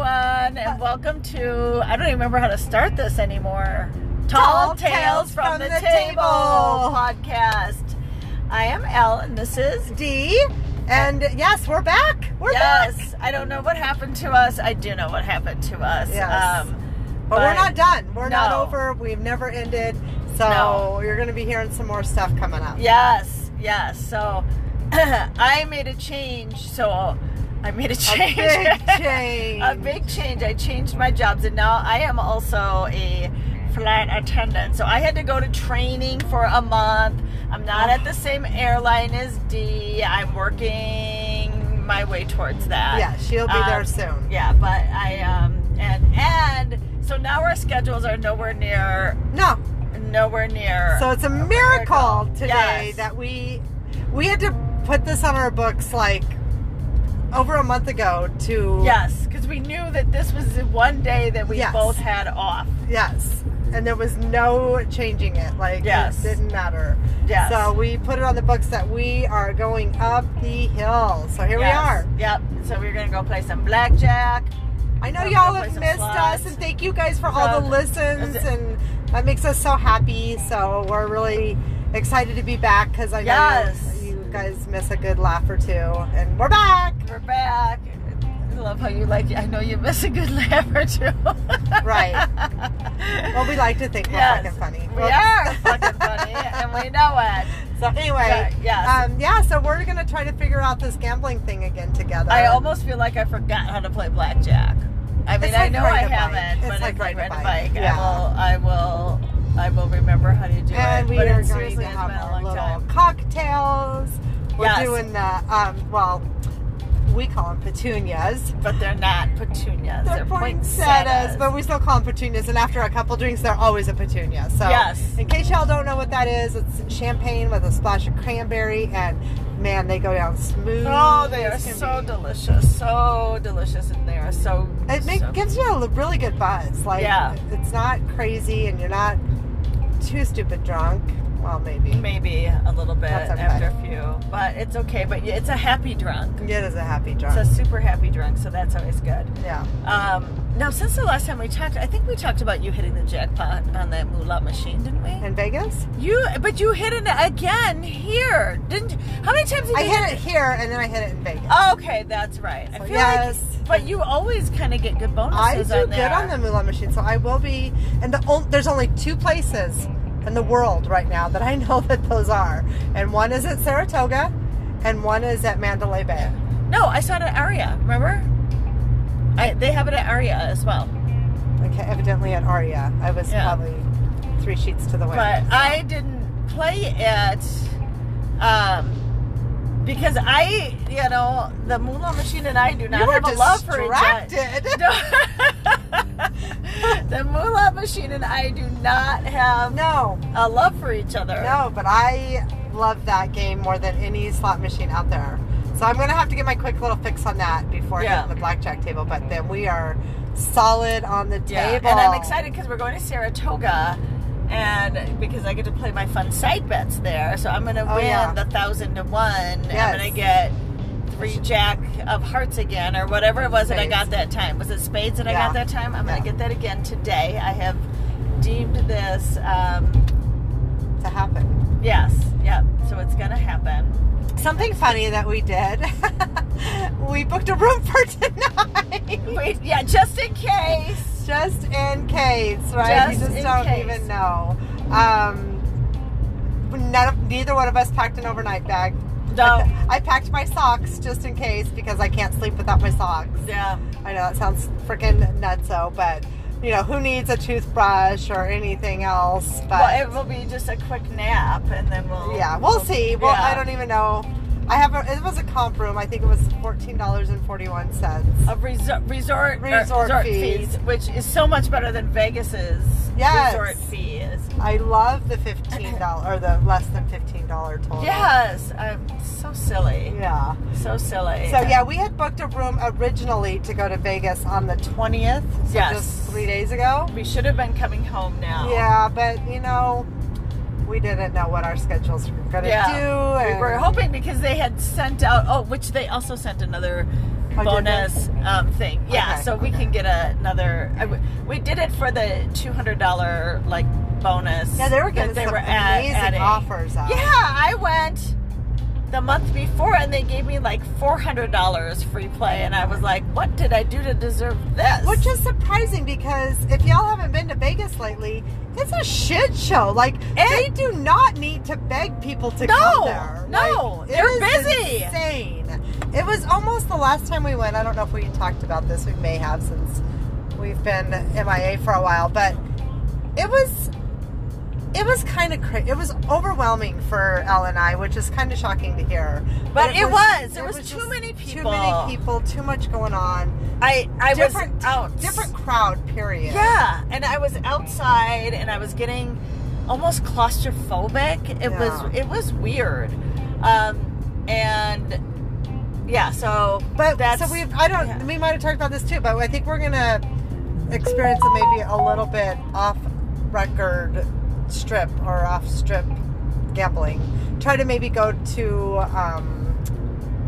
Uh, welcome to I don't even remember how to start this anymore. Tall Tales from the Table. podcast. I am Elle, and this is D. And yes, we're back. We're back. yes. I don't know what happened to us. I do know what happened to us. Um, Yes. But, we're not done. We're not No. over. We've never ended. So No. you're going to be hearing some more stuff coming up. Yes, yes. So I made a change. So I made a change. big change. a big change. I changed my jobs, and now I am also a flight attendant. So I had to go to training for a month. I'm not at the same airline as D. I'm working my way towards that. Yeah, she'll be there Um, soon. Yeah, but I um and and so now our schedules are nowhere near No. nowhere near. So it's a miracle. miracle today Yes. that we we had to put this on our books like over a month ago to Yes, because we knew that this was the one day that we Yes. both had off. Yes. And there was no changing it. Like, Yes. it didn't matter. Yes. So we put it on the books that we are going up the hill. So here Yes. we are. Yep. So we were gonna go play some blackjack. I know We'll y'all go play have some missed slides. us, and thank you guys for all the Uh, listens, is it- and that makes us so happy. So we're really excited to be back because I know Yes. you, you guys miss a good laugh or two, and we're back. We're back. I love how you like. I know you miss a good laugh or two. Right. Well, we like to think we're Yes. fucking funny. We are fucking funny, and we know it. So anyway, Yeah, yes. um, yeah. So we're gonna try to figure out this gambling thing again together. I almost feel like I forgot how to play blackjack. I mean, Um, It's I like know I riding a bike. haven't, It's but like if I riding a ride a bike. bike, I Yeah. will, I will, I will remember how to do and it. we but are it going seriously to has have been a our long little time. cocktails. We're Yes. doing the um, well, we call them petunias. But they're not petunias. They're, They're, poinsettias, but we still call them petunias. And after a couple drinks, they're always a petunia. So, Yes. in case y'all don't know what that is, it's champagne with a splash of cranberry, and man, they go down smooth. Oh, they are as can so be. delicious, so delicious, and they are so. It make, so- gives you a really good buzz. Like, Yeah. it's not crazy, and you're not too stupid drunk. Well, maybe. maybe a little bit That's okay. after a few, but it's okay. But yeah, it's a happy drunk. It is a happy It's drunk. a super happy drunk, so that's always good. yeah. Um, now, since the last time we talked, I think we talked about you hitting the jackpot on that moolah machine, didn't we? In Vegas? You, but you hit it again here, didn't? How many times did I you Oh, hit it here, and then I hit it in Vegas. Okay, that's right. I So, feel yes. like, but you always kind of get good I do bonuses Oh, on good there. on the moolah machine, so I will be. And the on, there's only two places in the world right now that I know that those are, and one is at Saratoga, and one is at Mandalay Bay. No, I saw it at Aria. Remember? I, they have it at Aria as well. Okay, evidently at Aria. I was Yeah. probably three sheets to the wind. but I didn't play it um, because I, you know, the moolah machine and I do not you were have a love for each other. distracted. No. the moolah machine and I do not have No, a love for each other. no, but I love that game more than any slot machine out there. So I'm gonna have to get my quick little fix on that before Yeah. hitting the blackjack table. But then we are solid on the table, Yeah, and I'm excited because we're going to Saratoga, and because I get to play my fun side bets there, so I'm gonna Oh, win yeah. the thousand to one. Yes. I'm gonna get three jack of hearts again, or whatever it was that I got that time. Was it spades that I got Yeah. that time? I'm Yeah. gonna get that again today. I have deemed this. Um, to happen. yes, yep. So it's gonna happen. Something funny that we did. we booked a room for tonight. Wait, yeah, just in case. just in case, right? Just you just in don't case. even know. Um, none of, neither one of us packed an overnight bag. No. I packed my socks just in case because I can't sleep without my socks. Yeah. I know that sounds freaking nutso, but you know, who needs a toothbrush or anything else? But Well, it will be just a quick nap, and then we'll. Yeah, we'll see. Well, Yeah. I don't even know. I have a, it was a comp room. I think it was fourteen dollars and forty one cents. of resort resort, or Resort resort fees. fees. which is so much better than Vegas's Yes. resort fees. I love the fifteen dollar or the less than fifteen dollar total. Yes, I'm so silly, Yeah. so silly. So yeah, we had booked a room originally to go to Vegas on the twentieth. So Yes. Just three days ago. we should have been coming home now. Yeah, but you know, we didn't know what our schedules were gonna do. Yeah. we and- were hoping because they had sent out. Oh, which they also sent another Oh, did they? bonus um, thing. Yeah, Okay, so we can get a, another. I w- we did it for the two hundred dollar like bonus. Yeah, they were that getting some at- amazing adding. offers out. Yeah, I went the month before and they gave me like four hundred dollars free play, and I was like, "What did I do to deserve this?" Which is surprising because if y'all haven't been to Vegas lately, it's a shit show. Like they do not need to beg people to No, come there. no, like, it they're is busy. Insane. It was almost the last time we went. I don't know if we talked about this. We may have since we've been MIA for a while, but it was it was kind of crazy. It was overwhelming for Elle and I, which is kind of shocking to hear. But it was. There was too just many Too people. many people. Too much going on I I was different out different crowd period Yeah, and I was outside, and I was getting almost claustrophobic. It was Yeah. it was weird, um, and yeah. So, but that's so we i don't yeah. we might have talked about this too but i think we're gonna experience a maybe a little bit off record strip or off strip gambling try to maybe go to um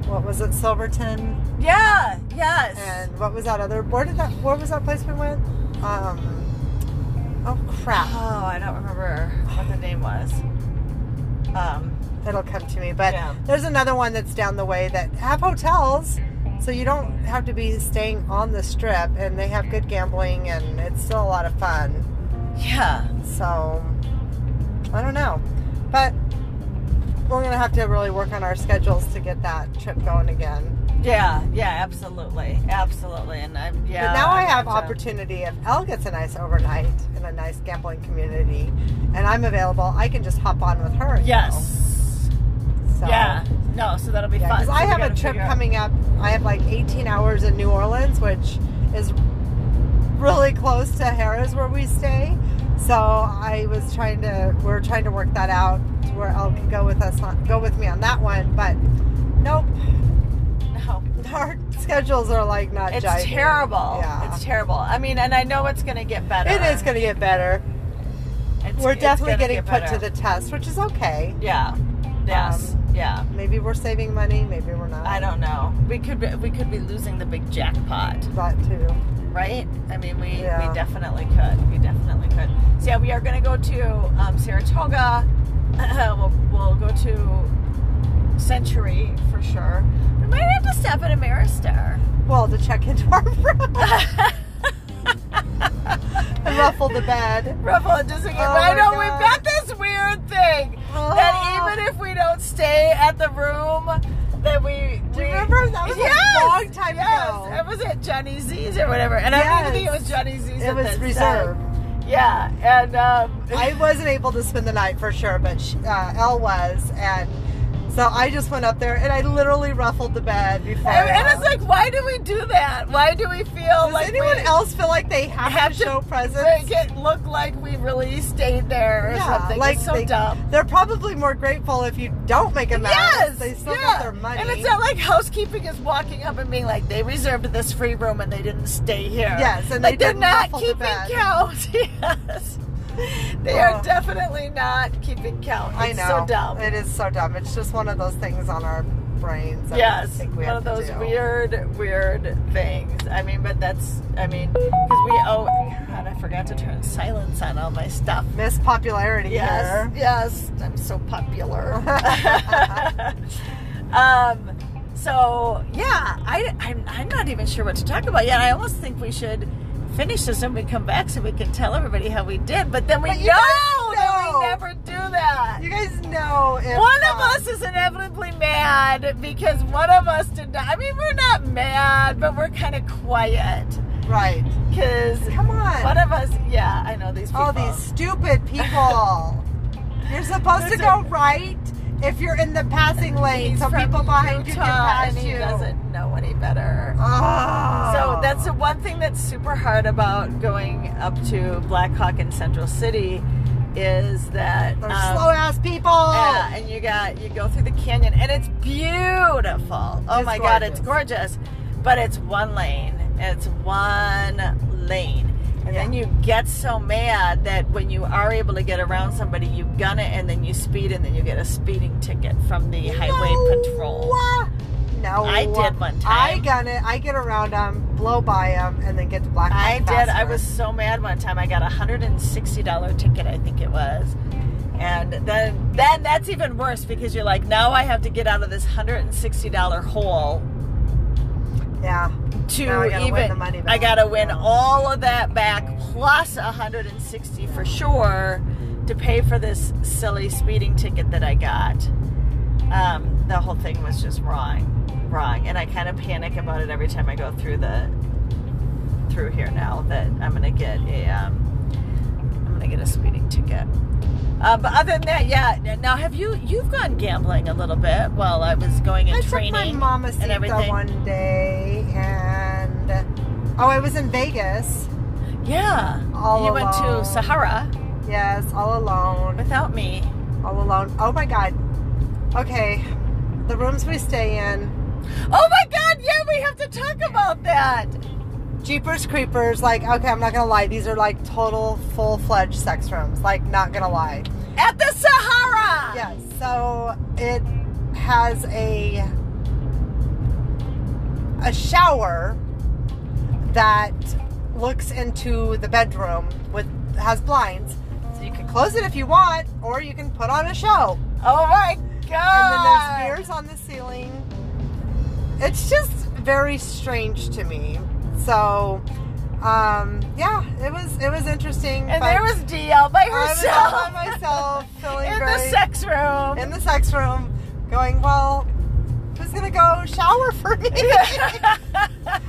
what was it silverton yeah, yes, and what was that other where did that where was that place we went um oh crap oh, I don't remember what the name was. Um, it'll come to me. But Yeah. there's another one that's down the way that have hotels, so you don't have to be staying on the strip, and they have good gambling, and it's still a lot of fun. yeah, So I don't know, but we're gonna have to really work on our schedules to get that trip going again. yeah, yeah, absolutely, absolutely, and I'm yeah. but now I I'm have gonna- opportunity. If Elle gets a nice overnight in a nice gambling community, and I'm available, I can just hop on with her. you Yes. know? So. Yeah. No. So that'll be Yeah, fun. because So I we have a gotta trip figure out- coming up. I have like 18 hours in New Orleans, which is really close to Harris where we stay. So I was trying to, we are trying to work that out to where Elle could go with us, on, go with me on that one. But nope, No. our schedules are like not. It's jiving. terrible. Yeah, It's terrible. I mean, and I know it's gonna get better. it is going to get better. It's- we're it's definitely gonna getting get put better. to Um, the test, which is okay. Yeah. Yes. yeah. Maybe we're saving money. Maybe we're not. I don't know. We could be, we could be losing the big jackpot, That too. right? I mean, we Yeah. we definitely could. We definitely could. So yeah, we are going to go to um, Saratoga. we'll, we'll go to Century for sure. We might have to stop at Ameristar. Well, to check into our room and ruffle the bed. Ruffle just again. Oh I my know God. we've got this weird thing Oh. that even if we don't stay at the room, that we. Do we- you remember? That was a Yes! long time yes. ago. It was at Johnny Z's or whatever, and I don't even think it was Johnny Z's. It at was that reserved. time. Yeah, and um, I wasn't able to spend the night for sure, but she, uh, Elle was, and so I just went up there and I literally ruffled the bed before. and, I and it's left. like, why do we do that? Why do we feel does like anyone we else feel like they have, have to to show presence? make it look like we really stayed there or something? it's so they, dumb. They're probably more grateful if you don't make a mess. Yes, they still yeah. got their money. And it's not like housekeeping is walking up and being like, they reserved this free room and they didn't stay here. Yes, and like they are didn't not ruffle the keeping bed. count. yes, they are Oh. definitely not keeping count. It's I so know. dumb. It is so dumb. It's just one of those things on our brains. that we yes, think we one have of to those do. weird, weird things. I mean, but that's, I mean, because we oh God, I forgot to turn silence on all my stuff. Miss popularity Yes, here. yes, I'm so popular. um, so yeah, I, I'm, I'm not even sure what to talk about yet. I almost think we should finish this when we come back so we can tell everybody how we did. But then we But know, you guys that we know. never do that. You guys know if one of uh, us is inevitably mad because one of us did not. I mean, we're not mad, but we're kind of quiet Right. because Come on. one of us. Yeah, I know these people. All these stupid people. you're supposed to Listen. go right if you're in the passing lane, He's so from people behind you can Utah, pass and he you. doesn't know any better. Oh. So that's the one thing that's super hard about going up to Black Hawk in Central City is that They're um, uh, slow ass people. yeah, and you got you go through the canyon and it's beautiful. Oh It's my god, it's gorgeous. But it's one lane. It's one lane. And then you get so mad that when you are able to get around somebody, you gun it and then you speed and then you get a speeding ticket from the highway No. patrol. Wha- No, I did one I time. got it. I get around them, blow by them, and then get to Black. I Hawk did. I faster. was so mad one time. I got a hundred and sixty dollar ticket, I think it was. And then then that's even worse because you're like, now I have to get out of this hundred and sixty dollar hole Yeah. to Now I gotta even win the money I back, gotta win yeah. all of that back plus a hundred and sixty for sure to pay for this silly speeding ticket that I got. Um, the whole thing was just wrong. Wrong. And I kind of panic about it every time I go through the through here now that I'm gonna get a um, I'm gonna get a speeding ticket. Uh, but other than that, yeah. Now, have you you've gone gambling a little bit while I was going and I took training my mama and Sita everything? one day, and oh, I was in Vegas. Yeah. All you went to alone. Sahara Yes, all alone, without me. all alone. Oh my God. Okay, the rooms we stay in, Oh my god, yeah, we have to talk about that. Jeepers Creepers. Like, okay, I'm not gonna lie, these are like total full fledged sex rooms. Like, not gonna lie. At the Sahara. Yes. So it has a a shower that looks into the bedroom with has blinds. So you can close it if you want, or you can put on a show. Oh my And then god. there's mirrors on the ceiling. It's just very strange to me. So um, yeah, it was it was interesting. And but there was DL by I was herself. all by myself feeling in very the sex room. in the sex room going, well, who's gonna go shower for me?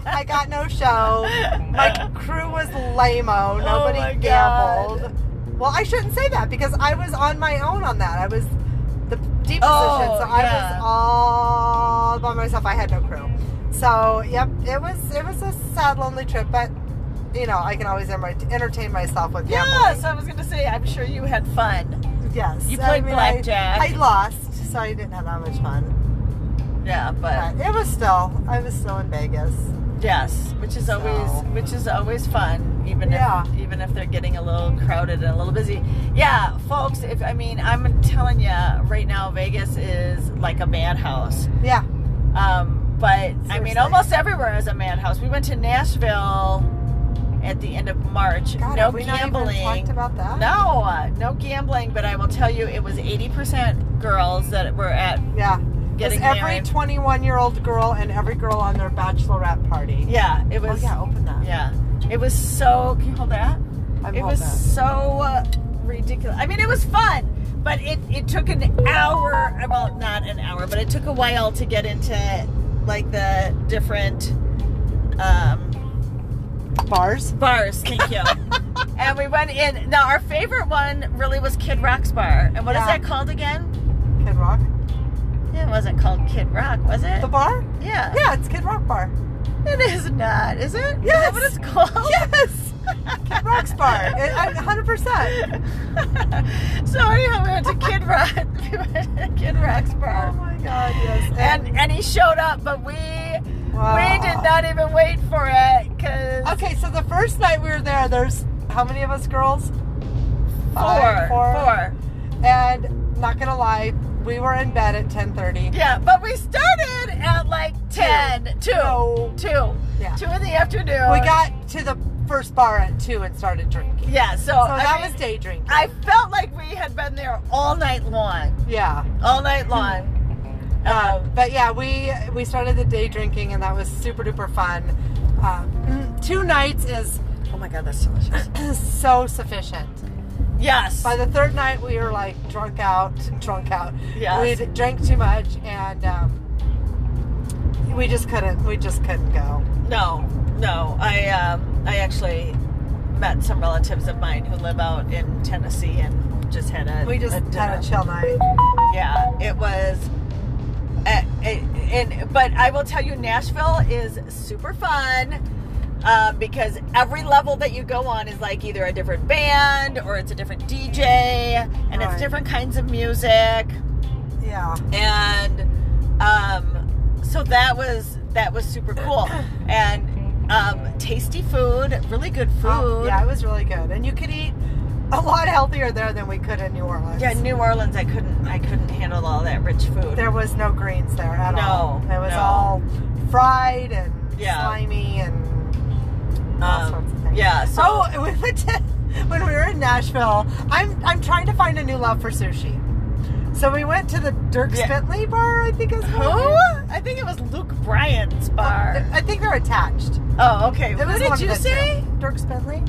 I got no show. My crew was lame-o. Nobody Oh my gambled. God. Well, I shouldn't say that because I was on my own on that. I was the D position, Oh, so I yeah. was all by myself. I had no crew. So, yep, it was it was a sad, lonely trip, but you know, I can always enter- entertain myself with gambling. yes, I was gonna say, I'm sure you had fun. Yes. You I played mean, I- blackjack. I lost, so I didn't have that much fun. Yeah, but But it was still, I was still in Vegas. yes, which is always So. which is always fun, even Yeah. if even if they're getting a little crowded and a little busy. Yeah, folks. If I mean, I'm telling you right now, Vegas is like a madhouse. Yeah. Um, but I mean, Seriously. almost everywhere is a madhouse. We went to Nashville at the end of March. God, no have we gambling. not even talked about that? no, uh, no gambling. But I will tell you, it was 80% girls that were at Yeah. Getting it was every married. 21 year old girl and every girl on their bachelorette party. Yeah, it Oh, was. yeah, open that. yeah. It was so. Can you hold that? I'm it all was done. so uh, ridiculous. I mean, it was fun, but it, it took an hour. Well, not an hour, but it took a while to get into like the different um, bars. bars. Thank you. and we went in. Now, our favorite one really was Kid Rock's bar. And what is Yeah. that called again? Kid Rock. It wasn't called Kid Rock, was it? The bar? yeah. Yeah, it's Kid Rock Bar. It is not, is it? Is that Yes. what it's called? Yes. Kid Rock's Bar. It, I, 100%. so anyhow, we went to Kid Rock. We went to Kid Rock's Oh bar, my God, yes. and and he showed up, but we Wow. we did not even wait for it because Okay, so the first night we were there, there's how many of us girls? four, Five, four, And not gonna lie, we were in bed at 10:30. Yeah, but we started at like ten, two, No. two, Yeah. two in the afternoon. We got to the first bar at two and started drinking. yeah. So, So Oh, I that mean, was day drinking. I felt like we had been there all night long, yeah. all night long. Um, But yeah, we we started the day drinking and that was super duper fun. Um, two nights is oh my god, that's delicious. so sufficient. Yes. By the third night, we were like drunk out, drunk out. Yes. We drank too much and um, we just couldn't. We just couldn't go. No, no. I um, I actually met some relatives of mine who live out in Tennessee and just had a We just a dinner. had a chill night. yeah. It was. a- a- And but I will tell you, Nashville is super fun um, because every level that you go on is like either a different band or it's a different DJ and it's Right. different kinds of music Yeah. and um, so that was that was super cool and um, tasty food really good food Oh, yeah, it was really good, and you could eat a lot healthier there than we could in New Orleans. Yeah, new orleans i couldn't i I couldn't handle all that rich food. There was no greens there at No, all. It was no. all fried and Yeah. slimy and all Um, sorts of things. yeah, so- oh, we went to when we were in Nashville. I'm I'm trying to find a new love for sushi. So we went to the Dirk Yeah. Bentley bar. I think is Who? I think it was Luke Bryan's bar. I think they're attached. Oh, okay. It What was one did of you the say? two. Dirk Bentley.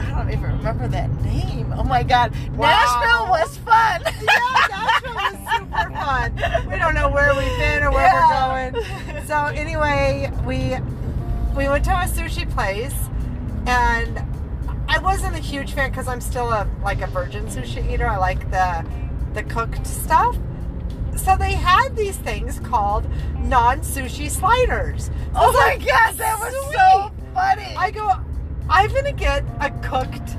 I don't even remember that name. Oh my God. Wow. Nashville was fun. yeah, Nashville was super fun. We don't know where we've been or where Yeah. we're going. So anyway, we we went to a sushi place, and I wasn't a huge fan because I'm still a like a virgin sushi eater. I like the the cooked stuff. So they had these things called non-sushi sliders. So I Oh was my like, gosh, that was "Sweet." so funny. I go, I'm gonna get a cooked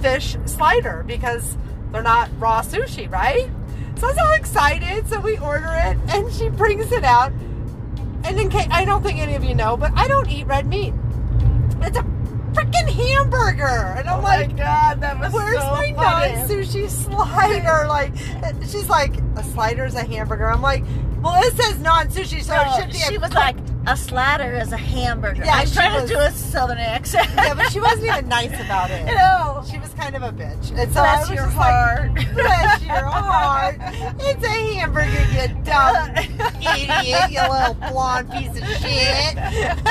fish slider because they're not raw sushi, right? So I was all excited. So we order it, and she brings it out. And in case I don't think any of you know, but I don't eat red meat. It's a freaking hamburger, and I'm oh like, my God, that was Where's so my funny. non sushi slider? Like, and she's like, a slider's a hamburger. I'm like, well, it says non sushi, so No, it should be she a was like, a slider is a hamburger. Yeah, I'm she trying was- to do a southern accent. Yeah, but she wasn't even nice about it. You know. She was kind of a bitch. And so I Bless was your just like, heart. Bless your heart. It's a hamburger, you dumb idiot, you little blonde piece of shit.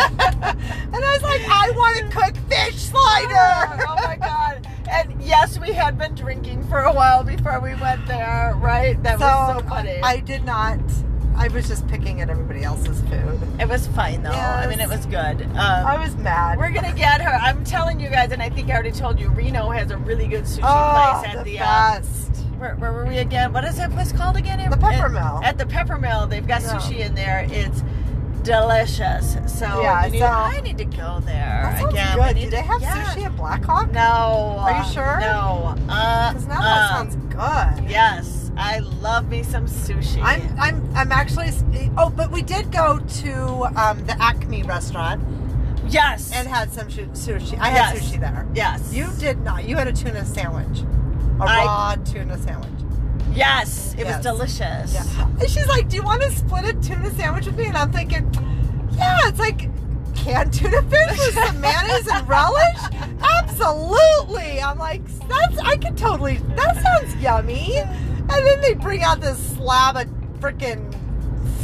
and I was like, I want to cook fish slider. Oh my god. And yes, we had been drinking for a while before we went there, right? That was so funny. I did not. I was just picking at everybody else's food. it was fine though. I mean, it Yes. was good. Um, I was mad. we're gonna get her. I'm telling you guys, and I think I already told you. Reno has a really good sushi oh, place at the, the. uh, best. where, where were we again? What is that place called again? The Pepper At- Mill. At, the Pepper Mill, they've got Yeah. sushi in there. It's delicious. So, Yeah, you need- so- I need to go there that sounds again. We good. need Do to- they have yeah. sushi at Black Hawk? No. Are you sure? No. Uh, Because now that uh, sounds good. Yes, I love me some sushi. I'm, uh, I'm, I'm actually. Oh, but we did go to um, the Acme restaurant yes, and had some shu- sushi. I had Yes. sushi there. yes, You did not. You had a tuna sandwich, a I- raw tuna sandwich. Yes, it Yes. was delicious. Yeah. And she's like, "Do you want to split a tuna sandwich with me?" And I'm thinking, "Yeah, it's like canned tuna fish with some mayonnaise and relish. Absolutely." I'm like, "That's I could totally. That sounds yummy." And then they bring out this slab of freaking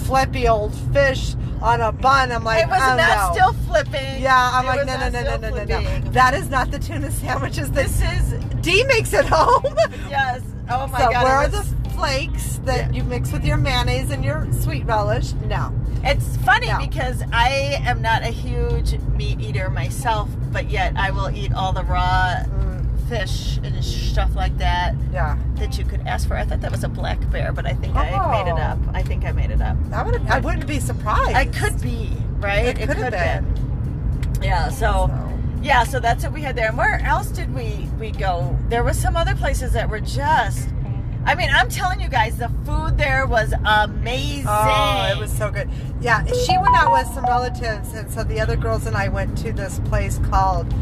flippy old fish on a bun. I'm like, it was oh, not no. still flipping. Yeah, I'm It like, was no, no, not no, no, still no, no, no. flipping. That is not the tuna sandwiches that This is D makes at home. yes. Oh my so god! where are it was- the flakes Yeah. that you mix with your mayonnaise and your sweet relish? No. It's funny No. because I am not a huge meat eater myself, but yet I will eat all the raw Mm. fish and stuff like that yeah. that you could ask for. I thought that was a black bear, but I think I made it Oh. up. I think I made it up. I, would, I wouldn't be surprised. I could be right. It could have been. Yeah. So, So. oh, yeah. So that's what we had there. And where else did we we go? There was some other places that were just. I mean, I'm telling you guys, the food there was amazing. Oh, it was so good. Yeah, she went out with some relatives, and so the other girls and I went to this place called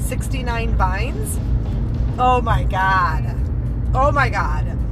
69 Vines. Oh my God. Oh my God.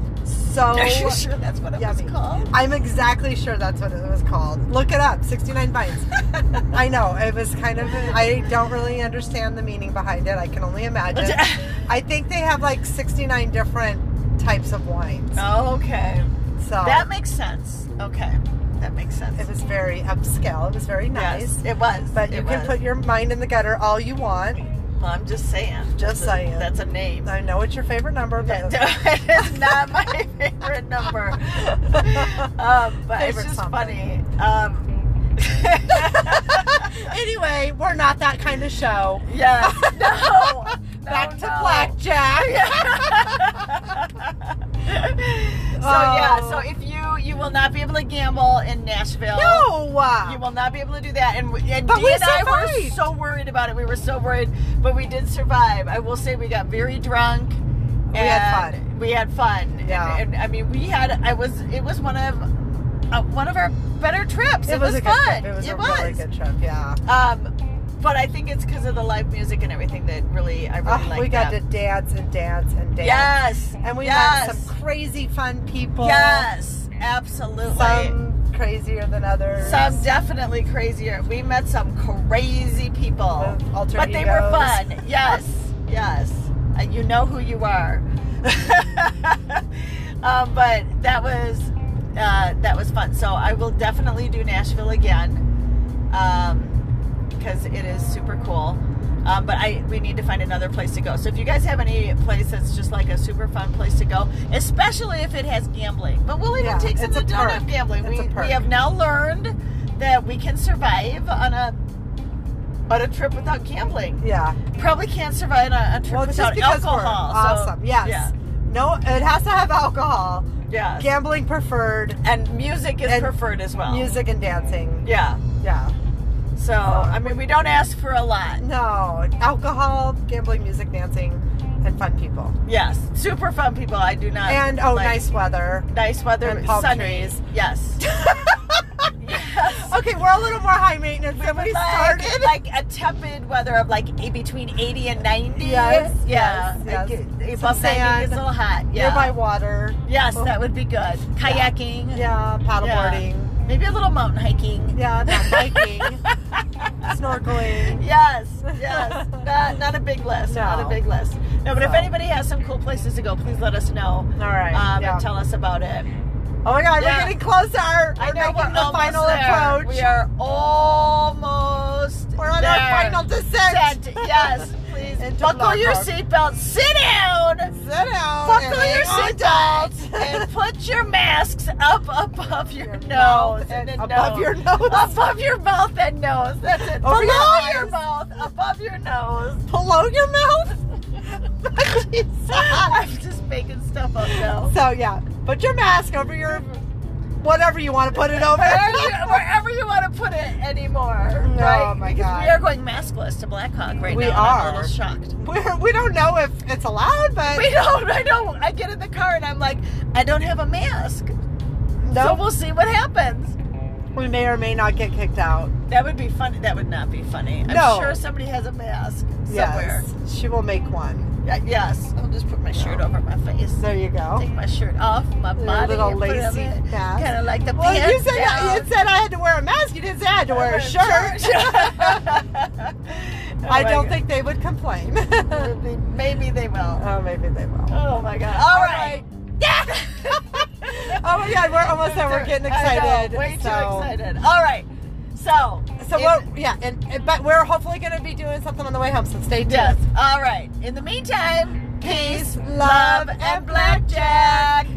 So. Are you sure that's what it yummy. was called? I'm exactly sure that's what it was called. Look it up. 69 Vines. I know. It was kind of. I don't really understand the meaning behind it. I can only imagine. I think they have like 69 different types of wines. Oh, okay. So That makes sense. Okay, that makes sense. it was very upscale. It was very nice. Yes, it was. But you It can was. put your mind in the gutter all you want. Well, I'm just saying. Just That's a- saying. That's a name. I know it's your favorite number, but it is not my favorite number. Um, but it's Favorite just something. funny. Um, anyway, we're not that kind of show. yes. No. No, Back to no. blackjack. so yeah. Oh. So if you you will not be able to gamble in Nashville. no. You will not be able to do that. And, and But Dee we and I were survived. so worried about it. We were so worried, but we did survive. I will say we got very drunk. We had and We had fun. Yeah. And, and, I mean, we had. I was. It was one of uh, one of our better trips. It, it was, a fun. Good trip. It was it a was. really good trip. Yeah. Um, But I think it's because of the live music and everything that really I really Oh, like. we got that. to dance and dance and dance. Yes. And we yes. met some crazy fun people. Yes, absolutely. Some crazier than others. Some definitely crazier. We met some crazy people. With alter but they were egos. fun. Yes, yes. And you know who you are. um, but that was uh, that was fun. So I will definitely do Nashville again um, because it is super cool. Um, but I we need to find another place to go. So if you guys have any place that's just like a super fun place to go, especially if it has gambling, but we'll even Yeah, take some it's of a the don't perk. have gambling. It's we, a perk. we have now learned that we can survive on a on a trip without gambling. Yeah. Probably can't survive on a, a trip Well, just without because alcohol. we're so- awesome. yes. Yeah. No, it has to have alcohol. Yeah. Gambling preferred. and music is and preferred as well. Music and dancing. Yeah. Yeah. So I mean, we don't ask for a lot. No, alcohol, gambling, music, dancing, and fun people. Yes. Super fun people. I do not. and oh, like- nice weather. nice weather, And palm sunny. trees. Yes. yes. Okay, we're a little more high maintenance than we like, started. like a tepid weather of like a between 80 and 90. Yes, yeah. yes, yes. It, Some above 90 gets a sand. little hot. Yeah. Nearby water. Yes, that would be good. Kayaking. Yeah, paddleboarding. Maybe a little mountain hiking. Yeah, not biking, snorkeling. Yes, yes. Not, not a big list. Not a No. big list. No, but if So. anybody has some cool places to go, please let us know. All right. Um, yeah. And tell us about it. oh my God, Yeah. we're getting close to our. We're I know we're making the almost final there. approach. We are almost. We're on there. our final descent. Descent, Yes, please. Into Buckle Black your Rock. seatbelt. Sit down. Sit down. and Buckle your hang on seatbelt tight. and put your masks up above your, Your mouth nose and, and the above nose. your nose. above your mouth and nose. That's it. Over your Below eyes. your mouth, above your nose. below your mouth. I'm just making stuff up now. so yeah, put your mask over your whatever you want to put it over. Wherever you, wherever you want to put it anymore, Oh, right? my because God. we are going maskless to Black Hawk right We now. and I'm a are. little shocked. We're, we don't know if it's allowed, but We don't. I don't. I get in the car and I'm like, I don't have a mask. So no, we'll see what happens. we may or may not get kicked out. That would be funny. That would not be funny. I'm No. sure somebody has a mask somewhere. Yes, she will make one. Yes. yes. I'll just put my shirt over my face. There you go. Take my shirt off my Your body. little lacy mask. Kind of like the Well, you pants said down. I, you said I had to wear a mask. You didn't say I had to wear a shirt. Oh I my don't God. think they would complain. Maybe- Maybe they will. oh, maybe they will. Oh my god. All All right. right. Yeah. Oh my God, we're almost there. We're getting I know, excited. way too So- excited. All right. So. So in- what? Yeah, and, and- but we're hopefully going to be doing something on the way home. So stay tuned. Yes. All right. In the meantime, peace, love, and blackjack.